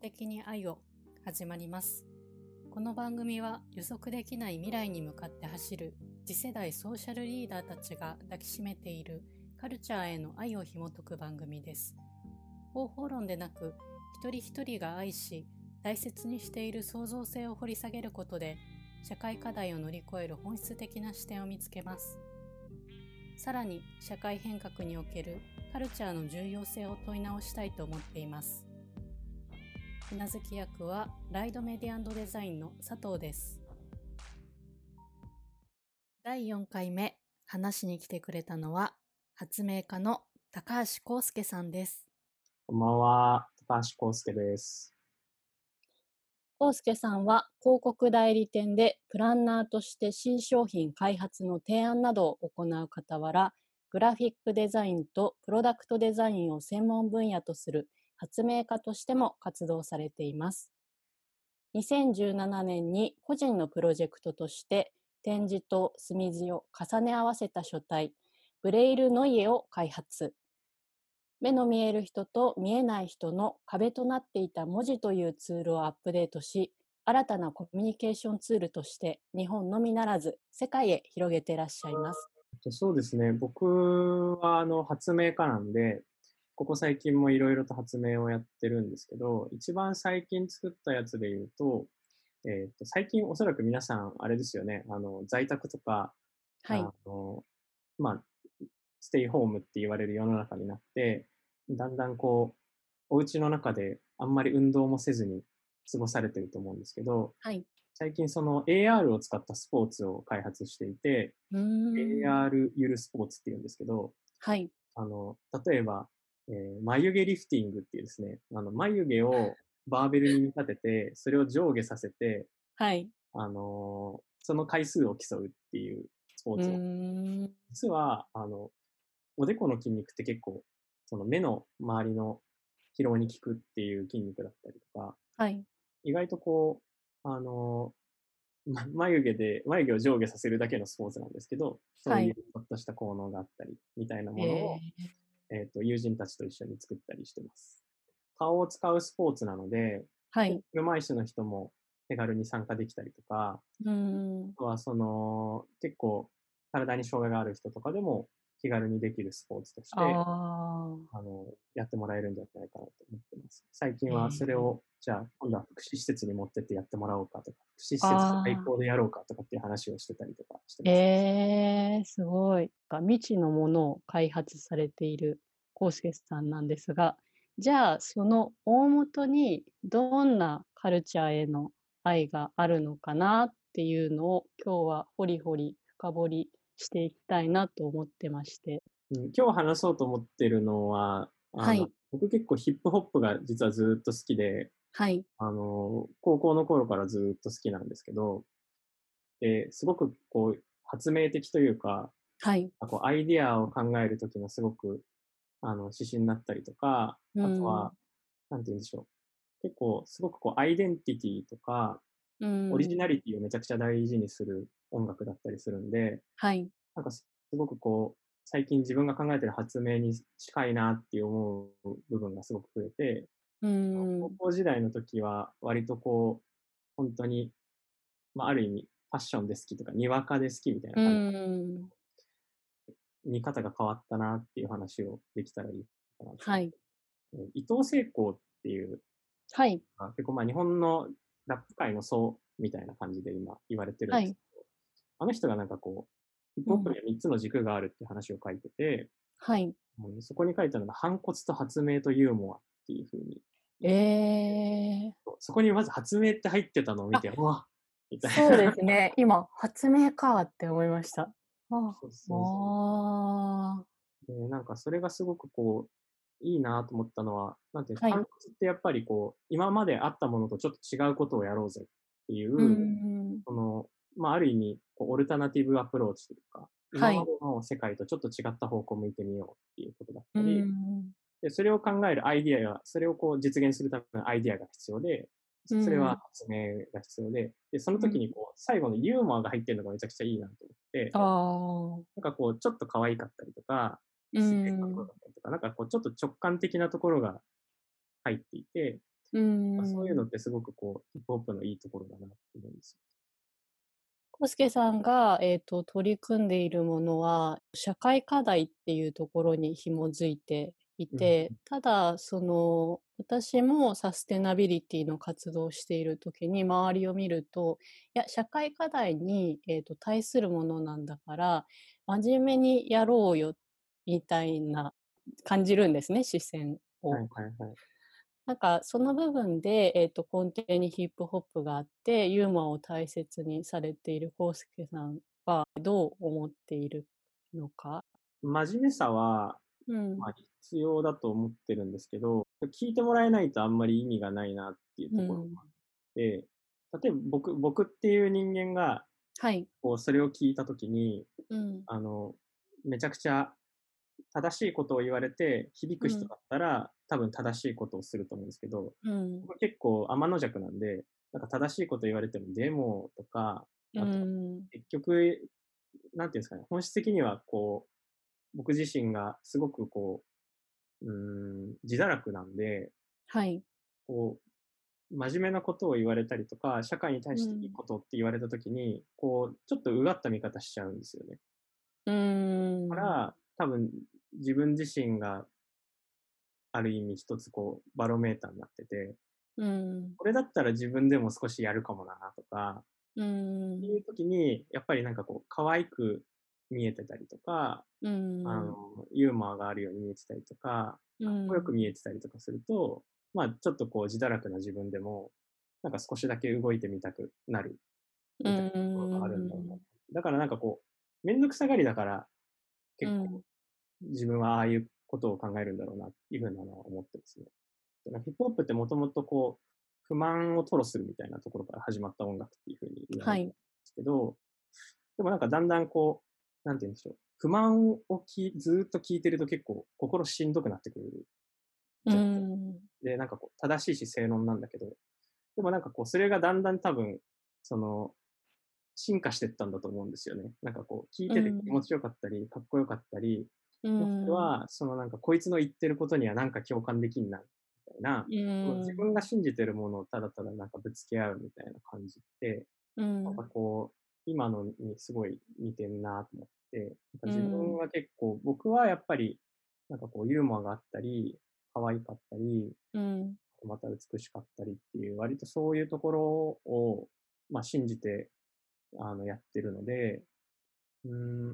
的に愛を始まりますこの番組は予測できない未来に向かって走る次世代ソーシャルリーダーたちが抱きしめているカルチャーへの愛を紐解く番組です方法論でなく一人一人が愛し大切にしている創造性を掘り下げることで社会課題を乗り越える本質的な視点を見つけますさらに社会変革におけるカルチャーの重要性を問い直したいと思っていますひなずき役はライドメディアデザインの佐藤です第4回目話しに来てくれたのは発明家の高橋康介さんですこんばんは、高橋康介です。康介さんは広告代理店でプランナーとして新商品開発の提案などを行う傍らグラフィックデザインとプロダクトデザインを専門分野とする発明家としても活動されています2017年に個人のプロジェクトとして点字と墨字を重ね合わせた書体ブレイルノイエを開発目の見える人と見えない人の壁となっていた文字というツールをアップデートし、新たなコミュニケーションツールとして日本のみならず世界へ広げていらっしゃいます。とそうですね、僕はあの発明家なんで、ここ最近もいろいろと発明をやってるんですけど、一番最近作ったやつで言うと、えーと最近おそらく皆さん、あれですよね、あの在宅とか、はい。あの、まあ、ステイホームって言われる世の中になって、だんだんこう、お家の中であんまり運動もせずに過ごされてると思うんですけど、はい。最近その AR を使ったスポーツを開発していて、うーん。 AR ゆるスポーツっていうんですけど、はい。あの、例えば、えー眉毛リフティングっていうですね、あの、眉毛をバーベルに見立てて、それを上下させて、はい。あのーその回数を競うっていうスポうーツーをん。実は、あの、おでこの筋肉って結構、その目の周りの疲労に効くっていう筋肉だったりとか、はい。意外とこう、あのーま眉毛で、眉毛を上下させるだけのスポーツなんですけど、そうはいいうちょっとした効能があったり、みたいなえものを、ー、えっ、と、友人たちと一緒に作ったりしてます。顔を使うスポーツなので、はい。車椅子の人も手軽に参加できたりとか、うーんあ。とはその、結構、体に障害がある人とかでも気軽にできるスポーツとして、ああの、やってもらえるんじゃないかなと思ってます。最近へはえそれを、じゃあ、今度は福祉施設に持ってってやってもらおうかとか、福祉施設あー最高でやろうかとかっていう話をしてたりとかしてあ。ます。えー、すごい。が未知のものを開発されている康介さんなんですが、じゃあその大元にどんなカルチャーへの愛があるのかなっていうのを今日は掘り掘り深掘りしていきたいなと思ってまして。うん今日話そうと思ってるのは、あのはい僕結構ヒップホップが実はずーっと好きで、はい。あの、高校の頃からずーっと好きなんですけど、ですごくこう、発明的というか、はい。こうアイディアを考えるときのすごくあの指針になったりとか、あとは、なんて言うんでしょう。結構、すごくこう、アイデンティティとか、うん、オリジル。ナリティをめちゃくちゃ大事にする音楽だったりするんで、はい。なんかすすごくこう、最近自分が考えてる発明に近いなって思う部分がすごく増えて、うん。高校時代の時は割とこう、本当に、まあ、ある意味、ファッションで好きとか、にわかで好きみたいなう感じ、ん。見方が変わったなっていう話をできたらいいかなと。はい。え伊藤聖光っていう、はい。まあ結構まあ日本のラップ界の層みたいな感じで今言われてるんですけど、あの人がなんかこう、ヒップホップには3つの軸があるって話を書いてて、はい。うんそこに書いたのが反骨と発明とユーモアっていうふうに、えー。そこにまず発明って入ってたのを見て、うわみたいな。そうですね。今、発明かって思いました。あ そうそうそうあでなんかそれがすごくこう、いいなと思ったのは、なんていうか、はい反骨ってやっぱりこう、今まであったものとちょっと違うことをやろうぜっていう、ー。うん。その、まあ、ある意味、こうオルタナティブアプローチというか、は今いまでの世界とちょっと違った方向を向いてみようっていうことだったうり、ん。でそれを考えるアイディアが、それをこう実現するためのアイディアが必要で、そそれうんは発明が必要で、で、その時にこう、最後のユーモアが入ってるのがめちゃくちゃいいなと思って、ああ。なんかこう、ちょっと可愛かったりとか、う自然なとこんろ。だったりとか、なんかこう、ちょっと直感的なところが入っていて、うんまあそういうのってすごくこう、ヒップホップのいいところだなって思うんですよ。コウスケさんが、えー、と取り組んでいるものは社会課題っていうところに紐づいていて、ただその私もサステナビリティの活動をしている時に周りを見るといや社会課題に、えー、と対するものなんだから真面目にやろうよみたいな感じるんですね視線を。はいはいはい。なんかその部分で、えー、と根底にヒップホップがあってユーモアを大切にされている康介さんはどう思っているのか、真面目さは、うんまあ、必要だと思ってるんですけど、聞いてもらえないとあんまり意味がないなっていうところがあって、例えば僕、僕っていう人間が、はい、こう、それを聞いたときに、うんあの、めちゃくちゃ正しいことを言われて響く人だったら、多分正しいことをすると思うんですけど、うん僕は結構天の弱なんで、なんか正しいこと言われてもデモとか、あうとん結局、なんていうんですかね、本質的にはこう、僕自身がすごくこう、うーん、自堕落なんで、はいこう、真面目なことを言われたりとか、社会に対していいことって言われたときに、こう、ちょっとうがった見方しちゃうんですよね。うんから、多分自分自身がある意味一つこうバロメーターになってて、うんこれだったら自分でも少しやるかもなとか、うんいう時に、やっぱりなんかこう可愛く見えてたりとか、うんあの、ユーモアがあるように見えてたりとか、うんかっこよく見えてたりとかすると、まあちょっとこう自堕落な自分でも、なんか少しだけ動いてみたくなるみたいなところがあるんだろうな。だからなんかこう、めんどくさがりだから、結構自分はああいうことを考えるんだろうなっていうふうなのは思ってますね。なんかヒップホップってもともとこう、不満を吐露するみたいなところから始まった音楽っていうふうに言わはれてるんいですけど、でもなんかだんだんこう、なんて言うんでしょう。不満をきずーっと聞いてると結構心しんどくなってくる。うんで、なんかこう、正しいし正論なんだけど、でもなんかこう、それがだんだん多分、その、進化してったんだと思うんですよね。なんかこう、聞いててうん気持ちよかったり、かっこよかったり、うもしんくは、そのなんか、こいつの言ってることにはなんか共感できんな、みたいな、こう自分が信じてるものをただただなんかぶつけ合うみたいな感じって、うんなんかこう、今のにすごい似てんなと思って、なんか自分は結構、僕はやっぱり、なんかこう、ユーモアがあったり、可愛かったり、うんまた美しかったりっていう、割とそういうところを、まあ、信じて、あの、やってるので、うーん、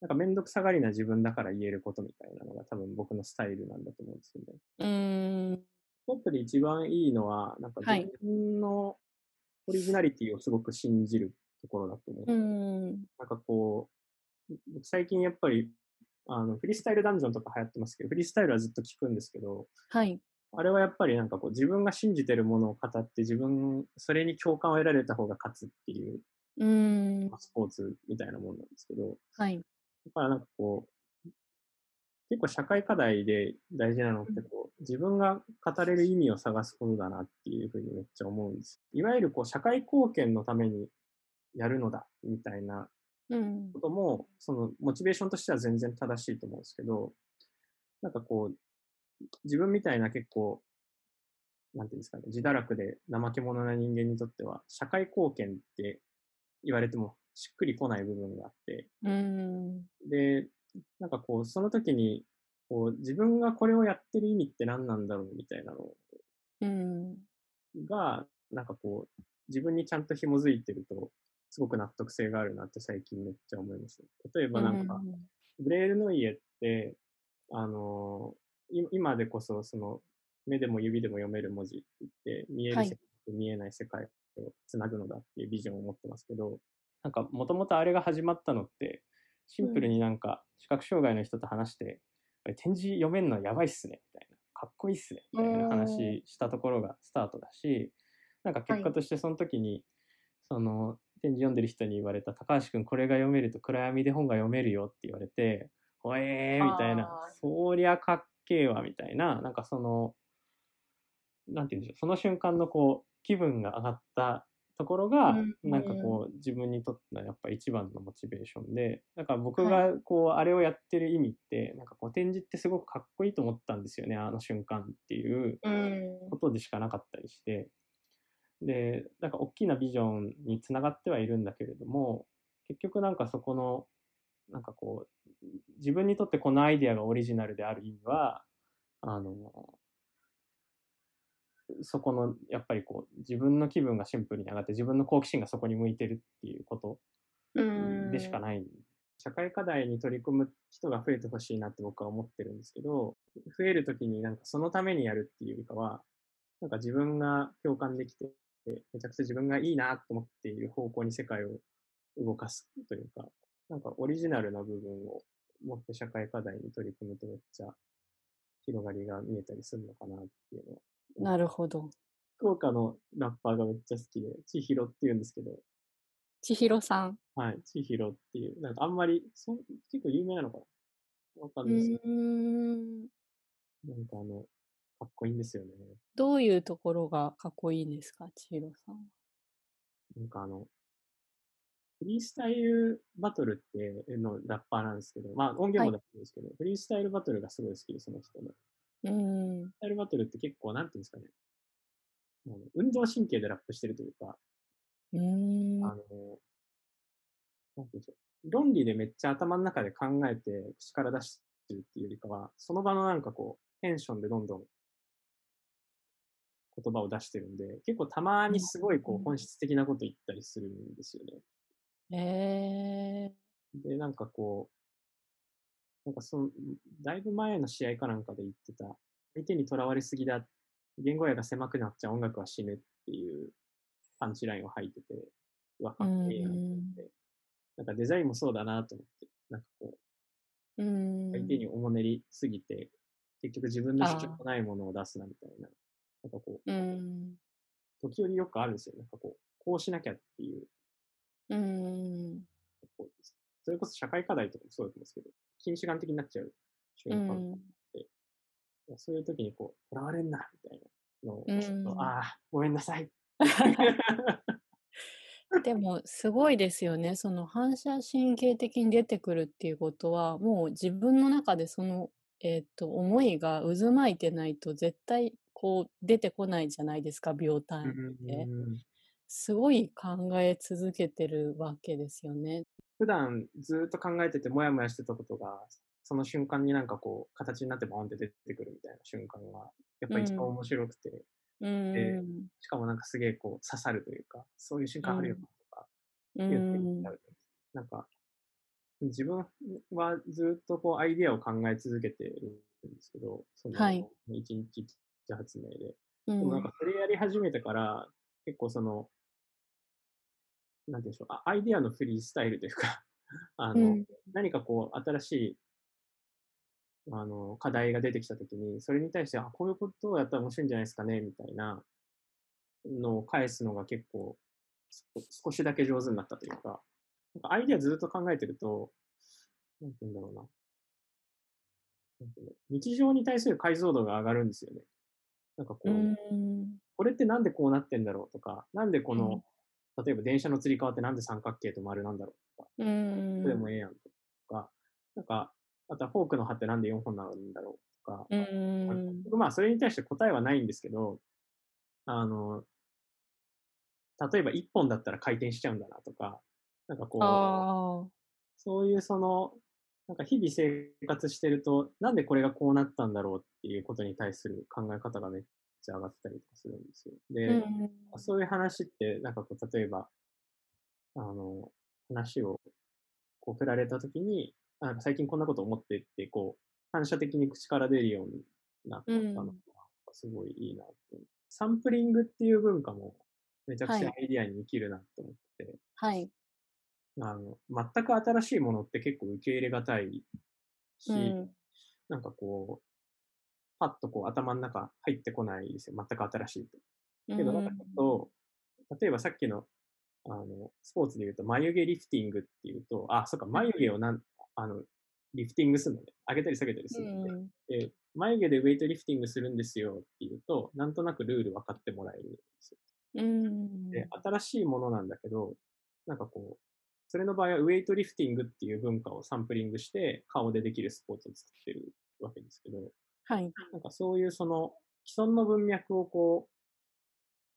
なんかめんどくさがりな自分だから言えることみたいなのが多分僕のスタイルなんだと思うんですよね。うんポップで一番いいのは、なんかはい自分のオリジナリティをすごく信じるところだと思う。うんなんかこう、僕最近やっぱり、あの、フリースタイルダンジョンとか流行ってますけど、フリースタイルはずっと聞くんですけど、はいあれはやっぱりなんかこう自分が信じてるものを語って自分、それに共感を得られた方が勝つっていう、うんまあスポーツみたいなもんなんですけど、はいだからなんかこう、結構社会課題で大事なのってこう、自分が語れる意味を探すことだなっていうふうにめっちゃ思うんです。いわゆるこう社会貢献のためにやるのだみたいなうんことも、そのモチベーションとしては全然正しいと思うんですけど、なんかこう、自分みたいな結構、なんていうんですかね、自堕落で怠け者な人間にとっては、社会貢献って言われてもしっくりこない部分があって、うんで、なんかこう、その時に、こう、自分がこれをやってる意味って何なんだろうみたいなのうんが、なんかこう、自分にちゃんと紐づいてると、すごく納得性があるなって最近めっちゃ思いますね。例えばなんか、ブレールノイエって、あのーい今でこそ、その、目でも指でも読める文字って言って、見えるはい世界と見えない世界をつなぐのだっていうビジョンを持ってますけど、なんか、もともとあれが始まったのって、シンプルになんか、視覚障害の人と話して、あれ展示読めるのやばいっすね、みたいな。かっこいいっすね、みたいな話したところがスタートだし、なんか結果としてその時に、その展示読んでる人に言われた高橋君これが読めると暗闇で本が読めるよって言われて「ほえー」みたいなあー「そりゃかっけえわ」みたいななんかそのなんて言うんでしょうその瞬間のこう気分が上がったところが、うんなんかこう自分にとってはやっぱ一番のモチベーションでだから僕がこう、あれをやってる意味ってなんかこう展示ってすごくかっこいいと思ったんですよねあの瞬間っていううんことでしかなかったりしてでなんか大きなビジョンにつながってはいるんだけれども結局なんかそこのなんかこう自分にとってこのアイデアがオリジナルである意味はあのそこのやっぱりこう自分の気分がシンプルに上がって自分の好奇心がそこに向いてるっていうことうんでしかない。社会課題に取り組む人が増えてほしいなって僕は思ってるんですけど、増えるときになんかそのためにやるっていうよりかは、なんか自分が共感できて、めちゃくちゃ自分がいいなと思っている方向に世界を動かすというか、なんかオリジナルな部分を持って社会課題に取り組むとめっちゃ広がりが見えたりするのかなっていうのはなるほど。福岡のラッパーがめっちゃ好きで、ちひろって言うんですけど、千尋さん。はい、ちひろっていう、なんかあんまり、そん結構有名なのかなわかうんないですけーん。ど、なんかあの、かっこいいんですよね。どういうところがかっこいいんですか、千尋さんは。なんかあの、フリースタイルバトルっていうのラッパーなんですけど、まあ音源もだったんですけど、フリースタイルバトルがすごい好きで、その人の。フリーうん。スタイルバトルって結構、なんていうんですかね、あの運動神経でラップしてるというか、うーん。あの、なんていうんでしょう。論理でめっちゃ頭の中で考えて口から出してるっていうよりかは、その場のなんかこう、テンションでどんどん言葉を出してるんで、結構たまにすごいこうんう本質的なこと言ったりするんですよね。えで、なんかこう、なんかその、だいぶ前の試合かなんかで言ってた、相手にとらわれすぎだ、言語やが狭くなっちゃう音楽は死ぬっていうパンチラインを吐いてて、うわ、かっこいいなと思って。なんかデザインもそうだなと思って、なんかこー。うん。う、相手におもねりすぎて、結局自分の主張のないものを出すなみたいな、なんかこう、うん。時折よくあるんですよ。なんかこう、こうしなきゃっていう、うん。こうそれこそ社会課題とかもそうだと思うんですけど、近視眼的になっちゃう瞬う間ん。そういう時にこう、とらわれんな、みたいなのを、うんちょっと、ああ、ごめんなさい。でもすごいですよねその反射神経的に出てくるっていうことはもう自分の中でその、えー、と思いが渦巻いてないと絶対こう出てこないじ ゃないですか秒単位で、うんすごい考え続けてるわけですよね。普段ずーっと考えてて、もやもやしてたことが、その瞬間になんかこう、形になってバーンって出てくるみたいな瞬間が、やっぱ一番うん面白くて、うん、しかもなんかすげえこう、刺さるというか、そういう瞬間あるよなとか、ういうふうにんなるなんか、自分はずーっとこう、アイディアを考え続けてるんですけど、その、はい一日一発明で。うでもなんんかそれやり始めてから、結構その、なんていうんでしょう、あアイデアのフリースタイルというか、 あの、うん何かこう、新しい、あの、課題が出てきたときに、それに対して、あ、こういうことをやったら面白いんじゃないですかね、みたいなのを返すのが結構、す少しだけ上手になったというか、なんかアイデアずっと考えてると、なんて言うんだろうな。なんて言うんだろう日常に対する解像度が上がるんですよね。なんかこう、うんこれってなんでこうなってんだろうとか、なんでこうんの、例えば電車のつり革ってなんで三角形と丸なんだろうとか、うんこれもええやんとか、なんか、あとはフォークの歯ってなんで4本なんだろうとか、うなんかん僕まあそれに対して答えはないんですけど、あの、例えば1本だったら回転しちゃうんだなとか、なんかこう、あそういうその、なんか日々生活してると、なんでこれがこうなったんだろうっていうことに対する考え方がめっちゃ上がったりとかするんですよ。で、ーうんそういう話って、なんかこう、例えば、あの、話をこう振られたときに、あなんか最近こんなこと思ってって、こう、反射的に口から出るようになったのが、うんすごいいいなって。サンプリングっていう文化も、めちゃくちゃはアイディアに生きるなと思って、はいあの、全く新しいものって結構受け入れがたいし、うんなんかこう、パッとこう頭の中入ってこないですよ。全く新しいと。けど、なんかちょっと、例えばさっきの、あの、スポーツで言うと、眉毛リフティングっていうと、あ、そっか、眉毛をなん、あの、リフティングするのね。上げたり下げたりすうるのね。んで眉毛でウェイトリフティングするんですよっていうと、なんとなくルール分かってもらえるんですよ。うん。で、新しいものなんだけど、なんかこう、それの場合はウェイトリフティングっていう文化をサンプリングして、顔でできるスポーツを作ってるわけですけど、はい。なんかそういうその既存の文脈をこう、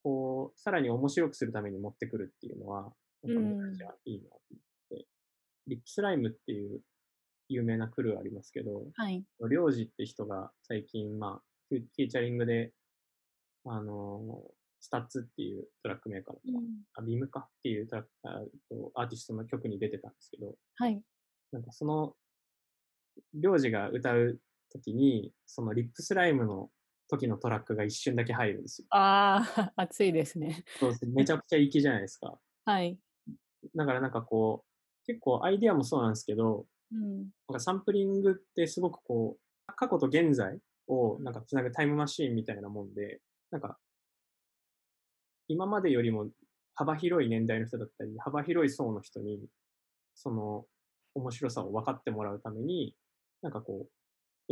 こう、さらに面白くするために持ってくるっていうのは、なんかめちゃくちゃいいなと思って、リップスライムっていう有名なクルーありますけど、はい。りょうじって人が最近、まあ、フュフィーチャリングで、あのースタッツっていうトラックメーカーの、うんあ、ビームかっていうトラックあえっとアーティストの曲に出てたんですけど、はい。なんかその、りょうじが歌うときに、そのリップスライムの時のトラックが一瞬だけ入るんですよ。ああ、 暑いですね。そうですめちゃくちゃ粋じゃないですか。はい。だからなんかこう、結構アイディアもそうなんですけど、うん。なんかサンプリングってすごくこう、過去と現在をなんかつなぐタイムマシーンみたいなもんで、なんか、今までよりも幅広い年代の人だったり、幅広い層の人に、その面白さを分かってもらうために、なんかこう、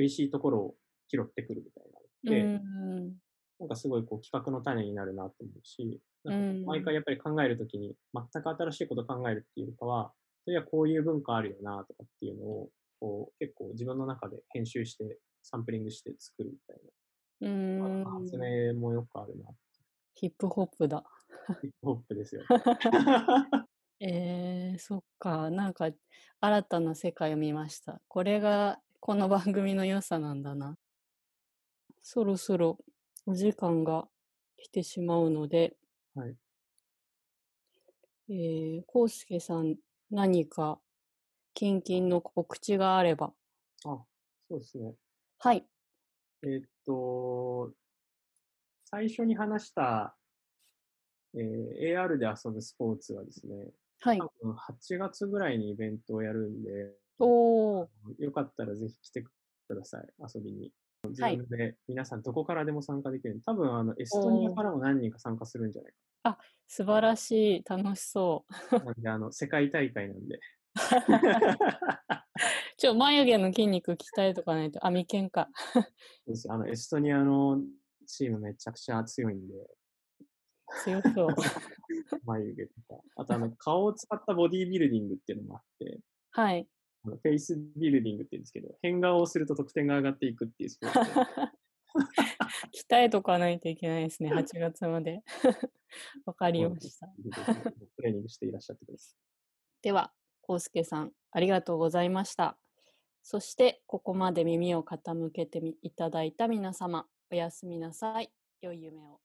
美味しいところを拾ってくるみたいなのって、うん。なんかすごいこう企画の種になるなと思うし、うなんかん毎回やっぱり考えるときに、全く新しいこと考えるっていうよりかは、そういやこういう文化あるよなとかっていうのを、こう結構自分の中で編集して、サンプリングして作るみたいうな。ん。発明もよくあるな。ヒップホップだ。ヒップホップ ですよ。えー、そっか。なんか、新たな世界を見ました。これが、この番組の良さなんだな。そろそろ、お時間が来てしまうので、はい。えー、こうすけさん、何か、近々の告知があれば。あ、そうですね。はい。えーっと、最初に話した、えー AR で遊ぶスポーツはですね、はい。多分8月ぐらいにイベントをやるんで、おー。よかったらぜひ来てください、遊びに。はい。皆さんどこからでも参加できる。多分あのエストニアからも何人か参加するんじゃない素晴らしい。楽しそう。 かな。なんであの世界大会なんで。ちょ、眉毛の筋肉鍛えとかないと。あ、眉間か。そうですあのエストニアのチームめちゃくちゃ強いんで、強そう。眉毛とか。あとあの顔を使ったボディービルディングっていうのもあって、はい。 あのフェイスビルディングって言うんですけど、変顔をすると得点が上がっていくっていうスポ ーツで。鍛えとかないといけないですね。8月まで。 わかりました。トレーニングしていらっしゃってください。では、康介さん、ありがとうございました。そして、ここまで耳を傾けてみいただいた皆様、おやすみなさい。良い夢を。